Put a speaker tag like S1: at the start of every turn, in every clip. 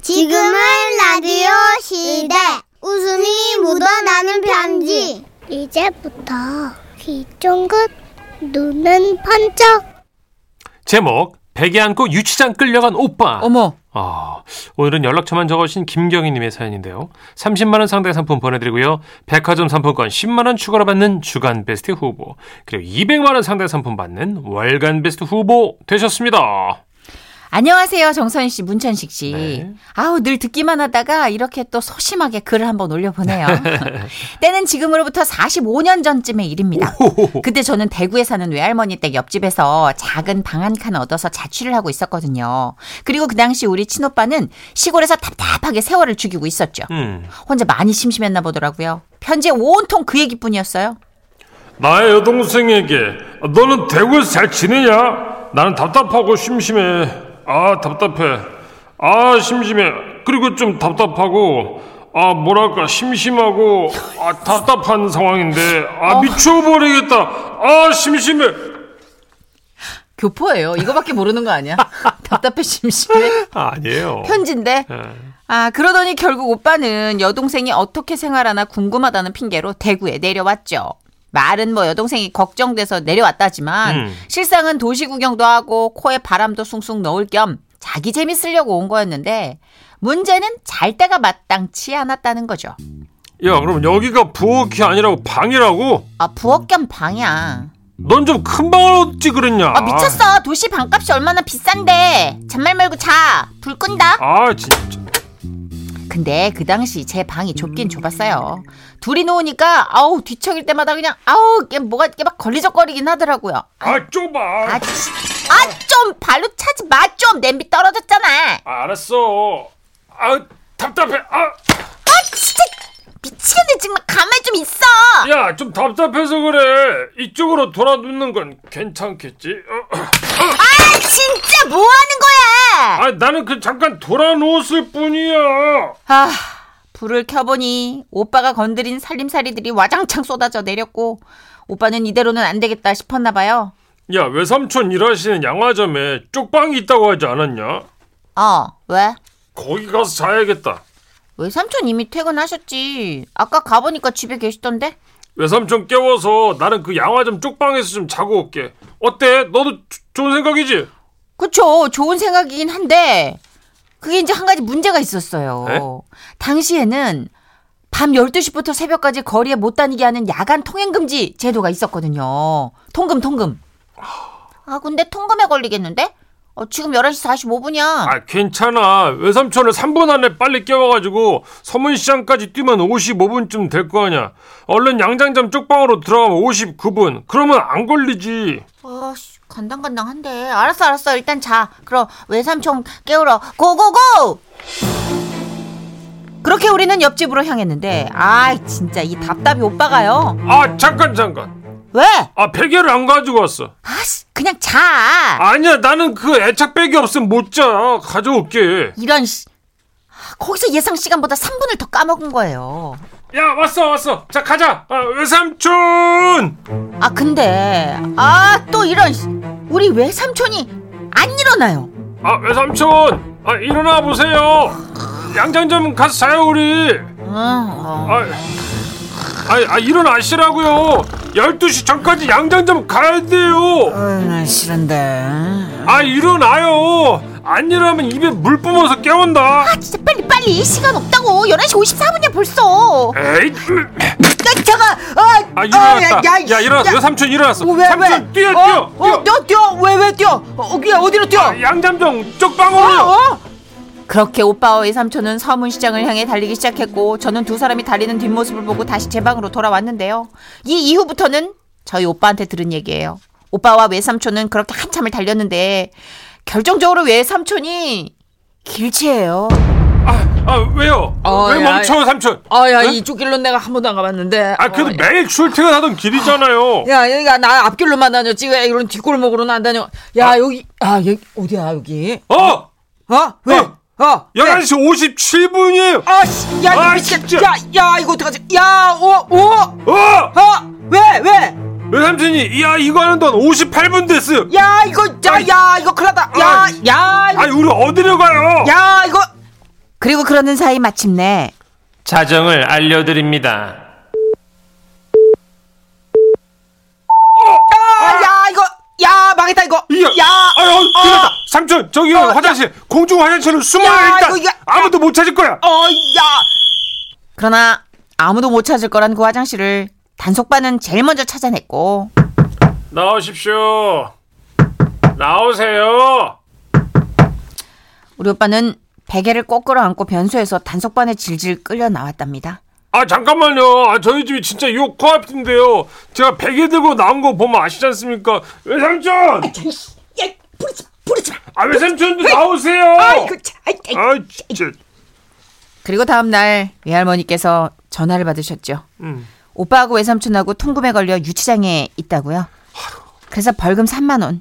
S1: 지금은 라디오 시대. 웃음이 묻어나는 편지. 이제부터 귀 쫑긋, 눈은 번쩍.
S2: 제목 베개 안고 유치장 끌려간 오빠.
S3: 어머,
S2: 아, 오늘은 연락처만 적으신 김경희님의 사연인데요. 30만 원 상당의 상품 보내드리고요. 백화점 상품권 10만 원 추가로 받는 주간 베스트 후보 그리고 200만 원 상당의 상품 받는 월간 베스트 후보 되셨습니다.
S3: 안녕하세요. 정선 씨, 문천식 씨.
S2: 네.
S3: 아우, 늘 듣기만 하다가 이렇게 또 소심하게 글을 한번 올려보네요. 때는 지금으로부터 45년 전쯤의 일입니다. 그때 저는 대구에 사는 외할머니 댁 옆집에서 작은 방 한 칸 얻어서 자취를 하고 있었거든요. 그리고 그 당시 우리 친오빠는 시골에서 답답하게 세월을 죽이고 있었죠.
S2: 음.
S3: 혼자 많이 심심했나 보더라고요. 편지에 온통 그 얘기뿐이었어요.
S2: 나의 여동생에게 너는 대구에서 잘 지내냐? 나는 답답하고 심심해. 아 답답해. 아 심심해. 그리고 좀 답답하고 아 뭐랄까 심심하고 아 답답한 상황인데 아 미쳐버리겠다. 아 심심해.
S3: 교포예요. 이거밖에 모르는 거 아니야? 답답해 심심해.
S2: 아니에요.
S3: 편지인데 아, 그러더니 결국 오빠는 여동생이 어떻게 생활하나 궁금하다는 핑계로 대구에 내려왔죠. 말은 뭐 여동생이 걱정돼서 내려왔다지만
S2: 음.
S3: 실상은 도시 구경도 하고 코에 바람도 숭숭 넣을 겸 자기 재미 쓰려고 온 거였는데 문제는 잘 때가 마땅치 않았다는 거죠.
S2: 야 그럼 여기가 부엌이 아니라고 방이라고?
S3: 아, 부엌 겸 방이야.
S2: 넌 좀 큰 방을 어찌 그랬냐?
S3: 아, 미쳤어. 도시 방값이 얼마나 비싼데. 잔말 말고 자. 불 끈다.
S2: 아 진짜.
S3: 근데 그 당시 제 방이 좁긴 좁았어요. 둘이 놓으니까 아우 뒤척일 때마다 그냥 아우 이게 뭐가 이게 막 걸리적거리긴 하더라고요.
S2: 아 좁아.
S3: 아좀 발로 차지 마 좀 냄비 떨어졌잖아.
S2: 알았어. 아 답답해. 아.
S3: 아 진짜 미치겠네 정말 가만히 좀 있어.
S2: 야, 좀 답답해서 그래. 이쪽으로 돌아눕는 건 괜찮겠지? 어,
S3: 아 진짜 뭐 하는 거야?
S2: 아, 나는 그 잠깐 돌아누웠을 뿐이야.
S3: 아 불을 켜보니 오빠가 건드린 살림살이들이 와장창 쏟아져 내렸고 오빠는 이대로는 안 되겠다 싶었나 봐요.
S2: 야, 외삼촌 일하시는 양화점에 쪽방이 있다고 하지 않았냐?
S3: 어 왜?
S2: 거기 가서 자야겠다.
S3: 외삼촌 이미 퇴근하셨지. 아까 가보니까 집에 계시던데?
S2: 외삼촌 깨워서 나는 그 양화점 쪽방에서 좀 자고 올게. 어때? 너도 조- 좋은 생각이지?
S3: 그쵸. 좋은 생각이긴 한데, 그게 이제 한 가지 문제가 있었어요.
S2: 네?
S3: 당시에는 밤 12시부터 새벽까지 거리에 못 다니게 하는 야간 통행금지 제도가 있었거든요. 통금, 통금. 아, 근데 통금에 걸리겠는데? 어, 지금 11시 45분이야.
S2: 아, 괜찮아. 외삼촌을 3분 안에 빨리 깨워가지고 서문시장까지 뛰면 55분쯤 될 거 아니야. 얼른 양장점 쪽방으로 들어가면 59분. 그러면 안 걸리지.
S3: 아씨, 간당간당한데. 알았어, 알았어. 일단 자. 그럼 외삼촌 깨우러 고고고! 그렇게 우리는 옆집으로 향했는데, 아이, 진짜 이 답답이 오빠가요.
S2: 아 잠깐 잠깐
S3: 왜?
S2: 아 베개를 안 가지고 왔어
S3: 아씨, 그냥 자!
S2: 아니야 나는 그 애착 베개 없으면 못자 가져올게
S3: 이런, 씨. 아, 거기서 예상 시간보다 3분을 더 까먹은 거예요.
S2: 야 왔어 왔어 자 가자 아, 외삼촌
S3: 아, 근데, 아, 또 이런, 씨. 우리 외삼촌이 안 일어나요.
S2: 아 외삼촌 아 일어나 보세요 양장점 가서 자요 우리
S3: 응, 어.
S2: 아, 아, 아 일어나시라고요 12시 전까지 양장점 가야 돼요
S3: 난 아, 싫은데.
S2: 아 일어나요 안 일어나면 입에 물 뿜어서 깨운다
S3: 아 진짜 빨리 빨리 시간 없다고 11시 54분이야 벌써
S2: 에이
S3: 야 잠깐 아,
S2: 아 일어났다
S3: 야,
S2: 야,
S3: 야, 야,
S2: 일어났어
S3: 야.
S2: 외삼촌 일어났어
S3: 어, 왜,
S2: 삼촌
S3: 왜?
S2: 뛰어
S3: 어,
S2: 뛰어 아,
S3: 어, 뛰어 뛰어 왜왜 뛰어 어, 그게 어디로 뛰어
S2: 양잠정
S3: 어,
S2: 쪽방으로
S3: 그렇게 오빠와 외삼촌은 서문시장을 향해 달리기 시작했고 저는 두 사람이 달리는 뒷모습을 보고 다시 제 방으로 돌아왔는데요 이 이후부터는 저희 오빠한테 들은 얘기예요 오빠와 외삼촌은 그렇게 한참을 달렸는데 결정적으로 외삼촌이 길치예요
S2: 아, 아 왜요?
S4: 어,
S2: 왜
S4: 야,
S2: 멈춰 삼촌?
S4: 아야
S2: 네?
S4: 이쪽 길로 내가 한 번도 안 가봤는데.
S2: 아 그래도
S4: 어,
S2: 매일 출퇴근하던 길이잖아요.
S4: 야 여기가 나 앞길로만 다녔지 왜 이런 뒷골목으로는 안 다녀. 야 여기 아 여기 어디야 여기?
S2: 어
S4: 어 왜?
S2: 어.
S4: 어
S2: 11시 57분이에요.
S4: 아씨 야
S2: 아,
S4: 이거 미치겠-
S2: 진짜.
S4: 야, 야 이거 어떡하지? 야오오어왜
S2: 어!
S4: 왜?
S2: 왜 삼촌이 야 이거 하는 동안 58분 됐어요.
S4: 야 이거 야야 이거 큰일 났다.
S2: 아,
S4: 야야
S2: 아니 우리 어디로 가요?
S4: 야 이거
S3: 그리고 그러는 사이 마침내
S2: 자정을 알려드립니다.
S4: 아, 야 이거 야 망했다 이거. 야,
S2: 아유,
S4: 아.
S2: 큰일났다. 삼촌, 저기요, 화장실, 공중 화장실로 숨어요,
S4: 야,
S2: 일단.
S4: 이거, 이거,
S2: 아무도 못 찾을 거야.
S4: 어, 야.
S3: 그러나 아무도 못 찾을 거란 그 화장실을 단속반은 제일 먼저 찾아냈고
S2: 나오십시오. 나오세요.
S3: 우리 오빠는 베개를 꼭 끌어안고 변소에서 단속반에 질질 끌려 나왔답니다.
S2: 아, 잠깐만요. 아, 저희 집이 진짜 요 코앞인데요. 제가 베개 들고 나온 거 보면 아시지 않습니까? 외삼촌!
S4: 아, 야, 부르지 마, 부르지 마.
S2: 아, 외삼촌도 나오세요.
S4: 아이고, 참, 아이, 아이.
S2: 아, 진짜.
S3: 그리고 다음 날 외할머니께서 전화를 받으셨죠.
S2: 음.
S3: 오빠하고 외삼촌하고 통금에 걸려 유치장에 있다고요. 그래서 벌금 3만 원.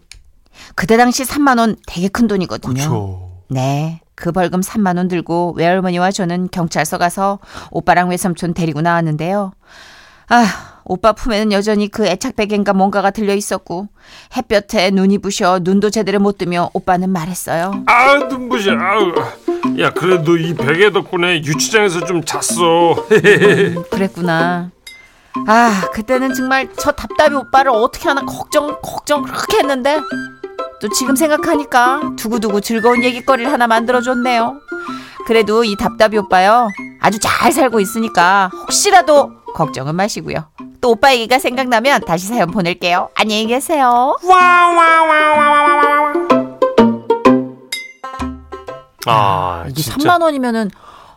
S3: 그때 당시 3만 원 되게 큰 돈이거든요. 네. 그 벌금 3만 원 들고 외할머니와 저는 경찰서 가서 오빠랑 외삼촌 데리고 나왔는데요. 아, 오빠 품에는 여전히 그 애착베개인가 뭔가가 들려 있었고 햇볕에 눈이 부셔 눈도 제대로 못 뜨며 오빠는 말했어요.
S2: 아, 눈부셔. 아우. 야, 그래도 이 베개 덕분에 유치장에서 좀 잤어.
S3: 그랬구나. 아, 그때는 정말 저 답답이 오빠를 어떻게 하나 걱정, 걱정 그렇게 했는데 또 지금 생각하니까 두고두고 즐거운 얘기거리를 하나 만들어줬네요. 그래도 이 답답이 오빠요. 아주 잘 살고 있으니까 혹시라도 걱정은 마시고요. 또 오빠 얘기가 생각나면 다시 사연 보낼게요. 안녕히 계세요.
S2: 아,
S3: 이게 3만 원이면은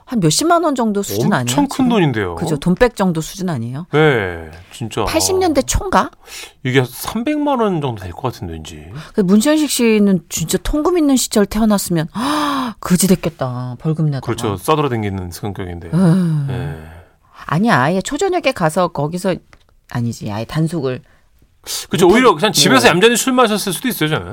S3: 한 몇십만 원 정도 수준 아니에요?
S2: 엄청 큰
S3: 지금?
S2: 돈인데요.
S3: 그죠? 돈백 정도 수준 아니에요?
S2: 네, 진짜.
S3: 80년대 초인가?
S2: 이게 300만 원 정도 될 것 같은데, 왠지.
S3: 그 문천식 씨는 진짜 통금 있는 시절 태어났으면 아, 그지 됐겠다 벌금 내다가
S2: 그렇죠. 싸돌아 댕기는 성격인데.
S3: 음.
S2: 네.
S3: 아니야 아예 초저녁에 가서 거기서 아니지 아예 단속을
S2: 그렇죠. 오히려 그냥
S3: 네.
S2: 집에서 얌전히 술 마셨을 수도 있어요, 저는.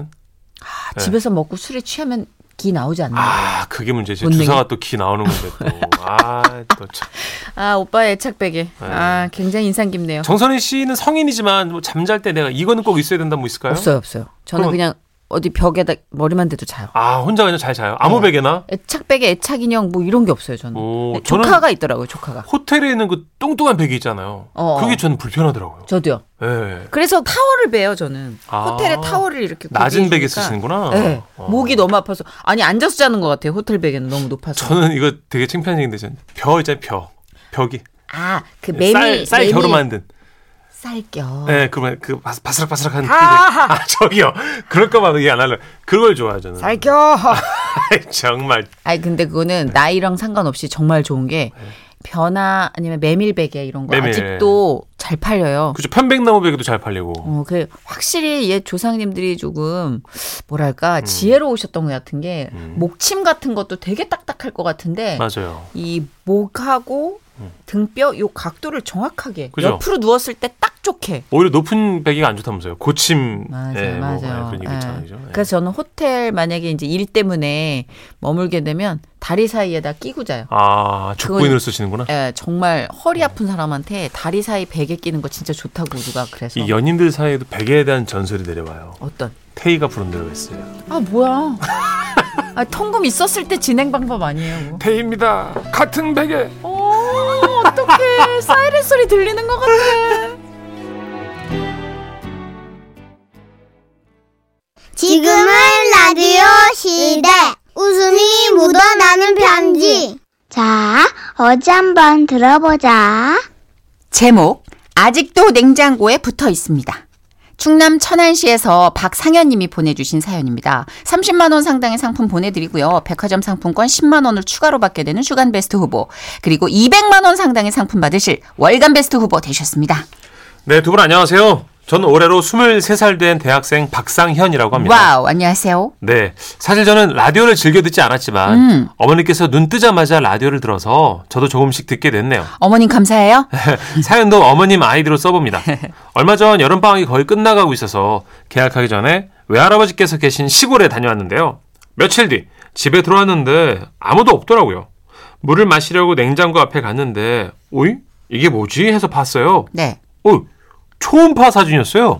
S3: 아,
S2: 네.
S3: 집에서 먹고 술에 취하면 기 나오지 않나 아,
S2: 아, 그게 문제지.
S3: 본능이.
S2: 주사가 또 기 나오는 건데 또. 아, 또 참.
S3: 아, 오빠의 애착베개
S2: 네.
S3: 아 굉장히 인상 깊네요
S2: 정선희 씨는 성인이지만 뭐 잠잘 때 내가 이거는 꼭 있어야 된다 뭐 있을까요?
S3: 없어요 없어요 저는
S2: 그럼-
S3: 그냥 어디 벽에다 머리만 대도 자요
S2: 아, 혼자 그냥 잘 자요. 아무 베개나?
S3: 애착베개 애착인형 뭐 이런 게 없어요 저는
S2: 오,
S3: 네,
S2: 저는-
S3: 조카가 있더라고요 조카가
S2: 호텔에 있는 그 뚱뚱한 베개 있잖아요.
S3: 어.
S2: 그게 저는 불편하더라고요.
S3: 저도요
S2: 예.
S3: 그래서 타월을 베요 저는
S2: 아.
S3: 호텔에 타월을 이렇게
S2: 낮은 베개
S3: 구비해주니까.
S2: 쓰시는구나.
S3: 네.
S2: 어.
S3: 목이 너무 아파서 아니 앉아서 자는 것 같아요. 호텔 베개는 너무 높아서.
S2: 저는 이거 되게 창피한 얘기인데 저는 벼 있잖아요, 벼. 벽이
S3: 아 그
S2: 쌀, 쌀 겨로 만든.
S3: 쌀겨.
S2: 네, 그러면 그 바스- 바스락바스락한 그게. 아, 저기요. 그럴까봐 얘기 안 할래. 그걸 좋아요, 저는.
S4: 알겨.
S2: 정말.
S3: 아니 근데 그거는 나이랑 상관없이 정말 좋은 게 변화 아니면 메밀 베개 이런 거
S2: 예. 메밀.
S3: 아직도 잘 팔려요.
S2: 그죠. 편백나무 베개도 잘 팔리고.
S3: 어, 그 확실히 옛 조상님들이 조금
S2: 음.
S3: 뭐랄까 지혜로우셨던 것 같은 게 목침 같은 것도 되게 딱딱할 것 같은데
S2: 맞아요. 음.
S3: 이 목하고 등뼈 요 각도를 정확하게
S2: 그죠?
S3: 옆으로 누웠을 때 딱 좋게
S2: 오히려 높은 베개가 안 좋다면서요. 고침.
S3: 맞아,
S2: 예,
S3: 요
S2: 뭐
S3: 맞아. 요
S2: 그런
S4: 네.
S2: 얘기 있잖아요. 그죠? 예.
S3: 그래서 저는 호텔 만약에 이제 일 때문에 머물게 되면 다리 사이에다 끼고 자요.
S2: 아, 족부인으로 쓰시는구나.
S3: 예, 정말 허리 아픈 사람한테 다리 사이 베개 끼는 거 진짜 좋다고 누가 그래서
S2: 이 연인들 사이에도 베개에 대한 전설이 내려와요.
S3: 어떤
S2: 태희가 부른 대로 했어요.
S3: 아 뭐야? 아 통금 있었을 때 진행 방법 아니에요. 뭐.
S2: 태희입니다. 같은 베개.
S3: 어 어떡해 사이렌 소리 들리는 것 같아.
S1: 지금은 라디오 시대. 웃음이 묻어나는 편지. 자, 어제 한번 들어보자.
S3: 제목 아직도 냉장고에 붙어 있습니다. 충남 천안시에서 박상현님이 보내주신 사연입니다. 30만 원 상당의 상품 보내드리고요. 백화점 상품권 10만 원을 추가로 받게 되는 주간 베스트 후보 그리고 200만 원 상당의 상품 받으실 월간 베스트 후보 되셨습니다.
S2: 네, 두 분 안녕하세요. 저는 올해로 23살 된 대학생 박상현이라고 합니다.
S3: 와우 안녕하세요.
S2: 네. 사실 저는 라디오를 즐겨 듣지 않았지만
S3: 음.
S2: 어머니께서 눈 뜨자마자 라디오를 들어서 저도 조금씩 듣게 됐네요.
S3: 어머님 감사해요.
S2: 사연도 어머님 아이디로 써봅니다. 얼마 전 여름방학이 거의 끝나가고 있어서 계약하기 전에 외할아버지께서 계신 시골에 다녀왔는데요. 며칠 뒤 집에 들어왔는데 아무도 없더라고요. 물을 마시려고 냉장고 앞에 갔는데 오이? 이게 뭐지? 해서 봤어요.
S3: 네.
S2: 어, 초음파 사진이었어요.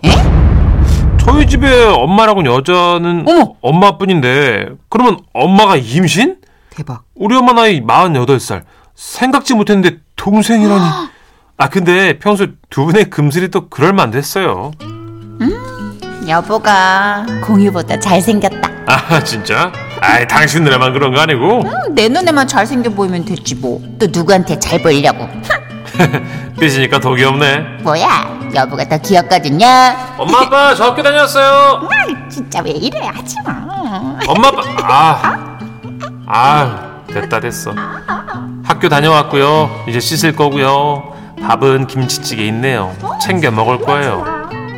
S2: 저희 집에 엄마라고는 여자는
S3: 어머!
S2: 엄마뿐인데 그러면 엄마가 임신?
S4: 대박.
S2: 우리 엄마 나이 48살. 생각지 못했는데 동생이라니. 아, 근데 평소 두 분의 금슬이 또 그럴만했어요.
S3: 네. 여보가 공유보다 잘생겼다.
S2: 아, 진짜? 아이, 당신 누나만 그런 거 아니고.
S4: 어?
S3: 내 눈에만 잘생겨 보이면 됐지 뭐. 또 누구한테 잘 보이려고.
S2: 삐지니까 더 귀엽네.
S3: 뭐야? 여보가 더 귀엽거든요.
S2: 엄마, 아빠, 저 학교 다녔어요.
S3: 진짜 왜 이래? 하지 마.
S2: 엄마, 아빠, 아. 아, 됐다, 됐어. 학교 다녀왔고요. 이제 씻을 거고요. 밥은 김치찌개 있네요. 챙겨 먹을 거예요.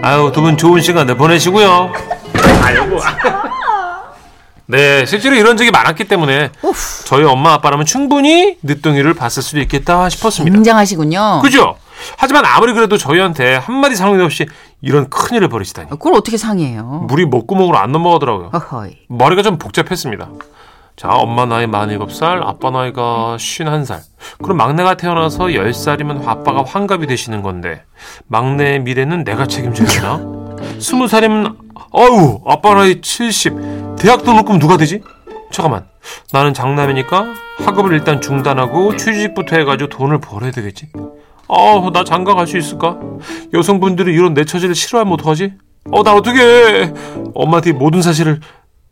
S2: 아유, 두 분 좋은 시간들 보내시고요. 아이고. 네, 실제로 이런 적이 많았기 때문에 저희 엄마 아빠라면 충분히 늦둥이를 봤을 수도 있겠다 싶었습니다.
S4: 굉장하시군요.
S2: 그죠? 하지만 아무리 그래도 저희한테 한마디 상의 없이 이런 큰일을 벌이시다니
S4: 그걸 어떻게 상의해요?
S2: 물이 뭐 목구멍으로 안 넘어가더라고요
S4: 어허이.
S2: 머리가 좀 복잡했습니다 자 엄마 나이 47살 아빠 나이가 51살 그럼 막내가 태어나서 10살이면 아빠가 환갑이 되시는 건데 막내의 미래는 내가 책임져야 되나? 20살이면 어우 아빠 나이 70 대학 등록금 누가 되지? 잠깐만 나는 장남이니까 학업을 일단 중단하고 취직부터 해가지고 돈을 벌어야 되겠지 아, 나 장가 갈 수 있을까? 여성분들이 이런 내 처지를 싫어하면 어떡하지? 어, 나 어떻게 엄마한테 이 모든 사실을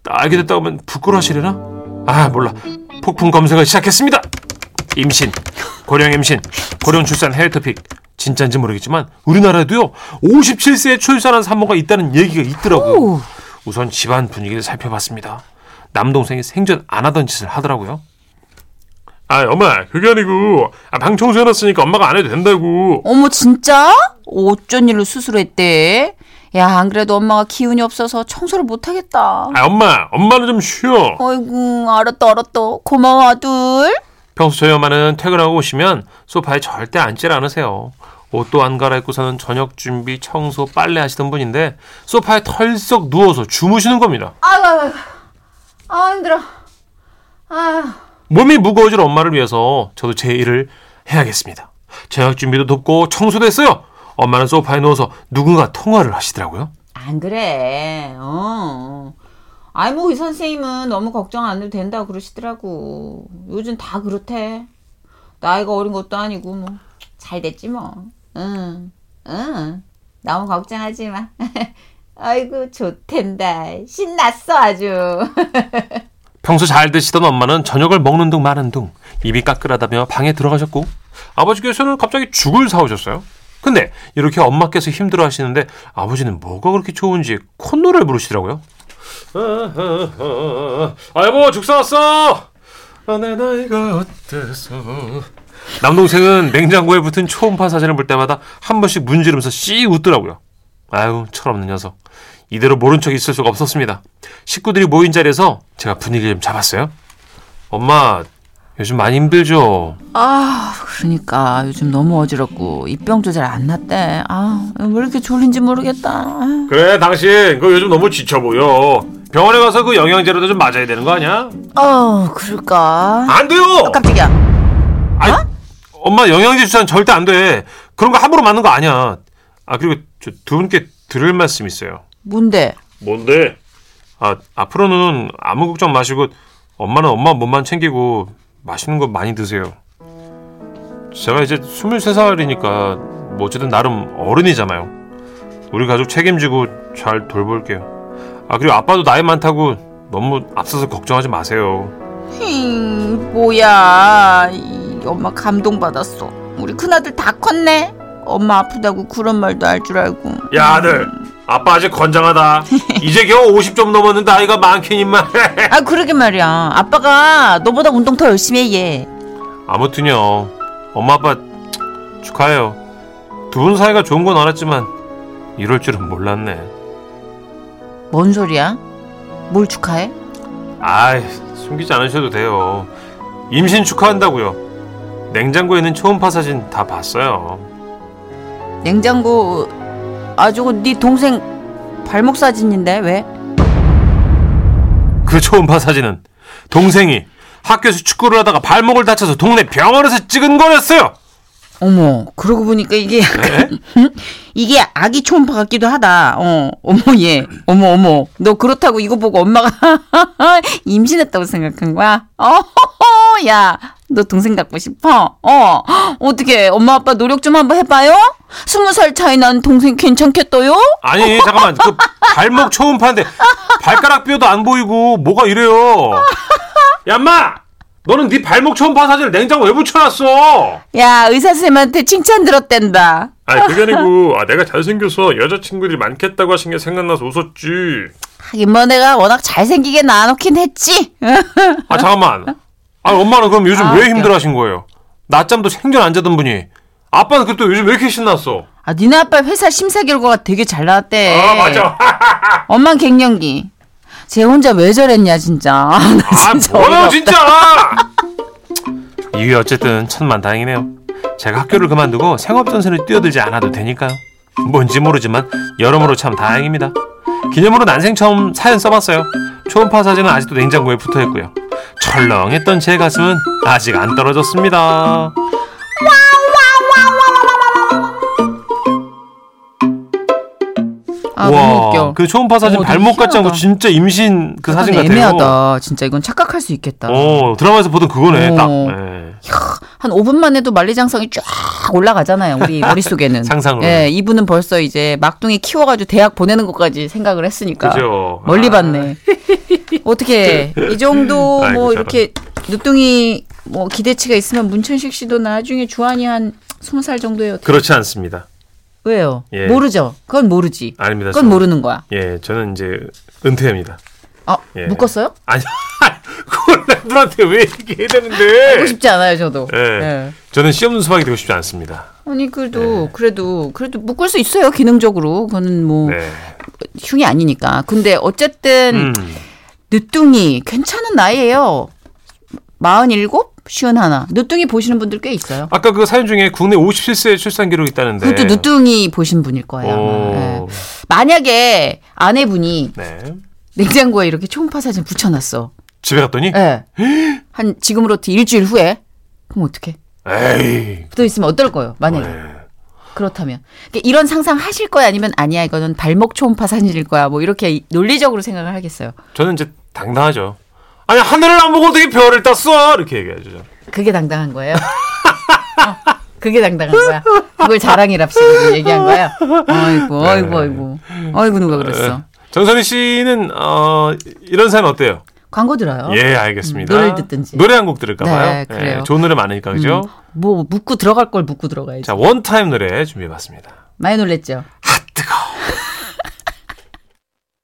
S2: 알게 됐다고 하면 부끄러워하시려나? 아, 몰라. 폭풍 검색을 시작했습니다. 임신, 고령 임신, 고령 출산 해외 토픽. 진짜인지 모르겠지만 우리나라에도요 57세에 출산한 산모가 있다는 얘기가 있더라고요. 우선 집안 분위기를 살펴봤습니다. 남동생이 생전 안 하던 짓을 하더라고요. 아 엄마 그게 아니고 아, 방 청소해놨으니까 엄마가 안 해도 된다고
S3: 어머 진짜? 어쩐 일로 수술했대? 야 안 그래도 엄마가 기운이 없어서 청소를 못하겠다.
S2: 아 엄마 엄마는 좀 쉬어
S3: 어이구 알았다 알았다. 고마워 아들.
S2: 평소 저희 엄마는 퇴근하고 오시면 소파에 절대 앉질 않으세요 옷도 안 갈아입고서는 저녁 준비 청소 빨래 하시던 분인데 소파에 털썩 누워서 주무시는 겁니다
S3: 아유 아유 아 힘들어. 아유.
S2: 몸이 무거워질 엄마를 위해서 저도 제 일을 해야겠습니다 저녁 준비도 돕고 청소도 했어요 엄마는 소파에 누워서 누군가 통화를 하시더라고요
S4: 안 그래. 어. 아이 뭐 의사 선생님은 너무 걱정 안 해도 된다고 그러시더라고. 요즘 다 그렇대. 나이가 어린 것도 아니고 뭐 잘 됐지 뭐. 응. 응. 너무 걱정하지 마. 아이고 좋댄다. 신났어 아주.
S2: 평소 잘 드시던 엄마는 저녁을 먹는 둥 마는 둥 입이 까끌하다며 방에 들어가셨고 아버지께서는 갑자기 죽을 사오셨어요. 근데 이렇게 엄마께서 힘들어 하시는데 아버지는 뭐가 그렇게 좋은지 콧노래를 부르시더라고요. 아 여보 죽 사왔어. 내 나이가 어때서. 남동생은 냉장고에 붙은 초음파 사진을 볼 때마다 한 번씩 문지르면서 씨 웃더라고요. 아유 철없는 녀석. 이대로 모른 척 있을 수가 없었습니다. 식구들이 모인 자리에서 제가 분위기를 좀 잡았어요. 엄마, 요즘 많이 힘들죠?
S4: 아, 그러니까 요즘 너무 어지럽고 입병 조절 안 났대. 아, 왜 이렇게 졸린지 모르겠다. 아,
S2: 그래, 당신. 그 요즘 너무 지쳐 보여. 병원에 가서 그 영양제라도 좀 맞아야 되는 거 아니야?
S4: 어, 그럴까?
S2: 안 돼요!
S4: 깜짝이야.
S2: 아니, 엄마 영양제 주사는 절대 안 돼. 그런 거 함부로 맞는 거 아니야. 아, 그리고 저 두 분께 들을 말씀 있어요.
S4: 뭔데?
S2: 뭔데? 아, 앞으로는 아무 걱정 마시고 엄마는 엄마 몸만 챙기고 맛있는 거 많이 드세요. 제가 이제 23살이니까 뭐 어쨌든 나름 어른이잖아요. 우리 가족 책임지고 잘 돌볼게요. 아, 그리고 아빠도 나이 많다고 너무 앞서서 걱정하지 마세요.
S4: 힝, 뭐야. 이, 엄마 감동받았어. 우리 큰아들 다 컸네. 엄마 아프다고 그런 말도 할 줄 알고.
S2: 야, 아들. 아빠 아직 건장하다. 이제 겨우 50 좀 넘었는데 나이가 많긴 임마.
S4: 아, 그러게 말이야. 아빠가 너보다 운동 더 열심히 해, 얘.
S2: 아무튼요 엄마 아빠 축하해요 두 분 사이가 좋은 건 알았지만 이럴 줄은 몰랐네
S4: 뭔 소리야? 뭘 축하해?
S2: 아이 숨기지 않으셔도 돼요 임신 축하한다고요 냉장고에 있는 초음파 사진 다 봤어요
S4: 냉장고 아 저거 네 동생 발목 사진인데 왜?
S2: 그 초음파 사진은 동생이 학교에서 축구를 하다가 발목을 다쳐서 동네 병원에서 찍은 거였어요
S4: 어머, 그러고 보니까 이게 약간 이게 아기 초음파 같기도 하다. 어, 어머 얘, 어머 어머, 너 그렇다고 이거 보고 엄마가 임신했다고 생각한 거야? 어허허, 야, 너 동생 갖고 싶어? 어, 어떻게 엄마 아빠 노력 좀 한번 해봐요. 스무 살 차이 난 동생 괜찮겠어요?
S2: 아니 잠깐만 그 발목 초음파인데 발가락 뼈도 안 보이고 뭐가 이래요? 야마 너는 네 발목 초음파 사진을 냉장고 왜 붙여놨어?
S4: 야, 의사 쌤한테 칭찬 들었댄다.
S2: 아니 그게 아니고 아, 내가 잘생겨서 여자친구들이 많겠다고 하신 게 생각나서 웃었지.
S4: 하긴 뭐 내가 워낙 잘생기게 낳아놓긴 했지.
S2: 아 잠깐만. 아 엄마는 그럼 요즘
S4: 아,
S2: 왜
S4: 웃겨.
S2: 힘들어하신 거예요? 낮잠도 생전 안 자던 분이 아빠는 그때 요즘 왜 이렇게 신났어?
S4: 아, 니네 아빠 회사 심사 결과가 되게 잘 나왔대.
S2: 아 맞아.
S4: 엄만 갱년기. 쟤 혼자 왜 저랬냐 진짜. 아, 나
S2: 아
S4: 진짜
S2: 뭐야
S4: 어이없다.
S2: 진짜. 이게 어쨌든 천만 다행이네요. 제가 학교를 그만두고 생업 전선에 뛰어들지 않아도 되니까요. 뭔지 모르지만 여러모로 참 다행입니다. 기념으로 난생 처음 사연 써봤어요. 초음파 사진은 아직도 냉장고에 붙어있고요. 철렁했던 제 가슴은 아직 안 떨어졌습니다.
S4: 아, 너무 웃겨.
S2: 그 초음파 사진
S4: 어, 되게
S2: 발목 같지 않고
S4: 희한하다.
S2: 진짜 임신 그 사진
S4: 약간
S2: 같아요.
S4: 애매하다. 진짜 이건 착각할 수 있겠다.
S2: 어 드라마에서 보던 그거네
S4: 어.
S2: 딱 예.
S4: 한 5분만 해도 만리장성이 쫙 올라가잖아요. 우리 머릿속에는.
S2: 상상으로.
S4: 예, 이분은 벌써 이제 막둥이 키워가지고 대학 보내는 것까지 생각을 했으니까.
S2: 그죠
S4: 멀리
S2: 아, 그
S4: 봤네. 어떻게 이 정도
S2: 아이고, 저런.
S4: 뭐 이렇게 늦둥이 뭐 기대치가 있으면 문천식 씨도 나중에 주한이 한 스무 살 정도에 어떻게
S2: 그렇지 않습니다
S4: 왜요?
S2: 예.
S4: 모르죠. 그건 모르지.
S2: 아닙니다
S4: 그건
S2: 저는.
S4: 모르는 거야.
S2: 예 저는 이제 은퇴합니다
S4: 아
S2: 예.
S4: 묶었어요?
S2: 아니 그걸 남들한테 왜 얘기해야
S4: 하고
S2: 되는데
S4: 싶지 네. 않아요, 저도.
S2: 예. 저는 시험 수박이 되고 싶지 않습니다
S4: 아니 그래도
S2: 예.
S4: 그래도 그래도 묶을 수 있어요 기능적으로 그거는 뭐
S2: 네
S4: 흉이 아니니까 근데 어쨌든
S2: 음.
S4: 늦둥이 괜찮은 나이예요 47? 51 늦둥이 보시는 분들 꽤 있어요
S2: 아까 그 사연 중에 국내 57세 출산 기록이 있다는데
S4: 그것도 늦둥이 보신 분일 거예요 아마. 예.
S2: 네. 오.
S4: 만약에 아내분이
S2: 네
S4: 냉장고에 이렇게 초음파 사진 붙여놨어.
S2: 집에 갔더니
S4: 예. 한 지금으로부터 일주일 후에 그럼 어떻게?
S2: 에이
S4: 붙어 있으면 어떨 거예요? 만약에
S2: 네.
S4: 그렇다면 그러니까 이런 상상 하실 거야 아니면 아니야 이거는 발목 초음파 사진일 거야 뭐 이렇게 이- 논리적으로 생각을 하겠어요.
S2: 저는 이제 당당하죠 아니 하늘을 안 보고 어떻게 별을 땄어 이렇게 얘기하죠 저는. 네.
S4: 그게 당당한 거예요. 어, 그게 당당한 거야. 그걸 자랑이랍시고 얘기한 거야. 아이고, 아이고, 아이고. 아이고, 누가
S2: 네.
S4: 그랬어.
S2: 정선희 씨는 어, 이런 사연 어때요?
S4: 광고 들어요.
S2: 예, 알겠습니다.
S4: 음, 노래를 듣든지.
S2: 노래 한 곡 들을까 봐요.
S4: 네, 그래요. 음.
S2: 예, 좋은 노래 많으니까 그죠?
S4: 뭐, 묻고 들어갈 걸 묻고 들어가야지.
S2: 자, 원타임 노래 준비해 봤습니다.
S4: 많이 놀랬죠?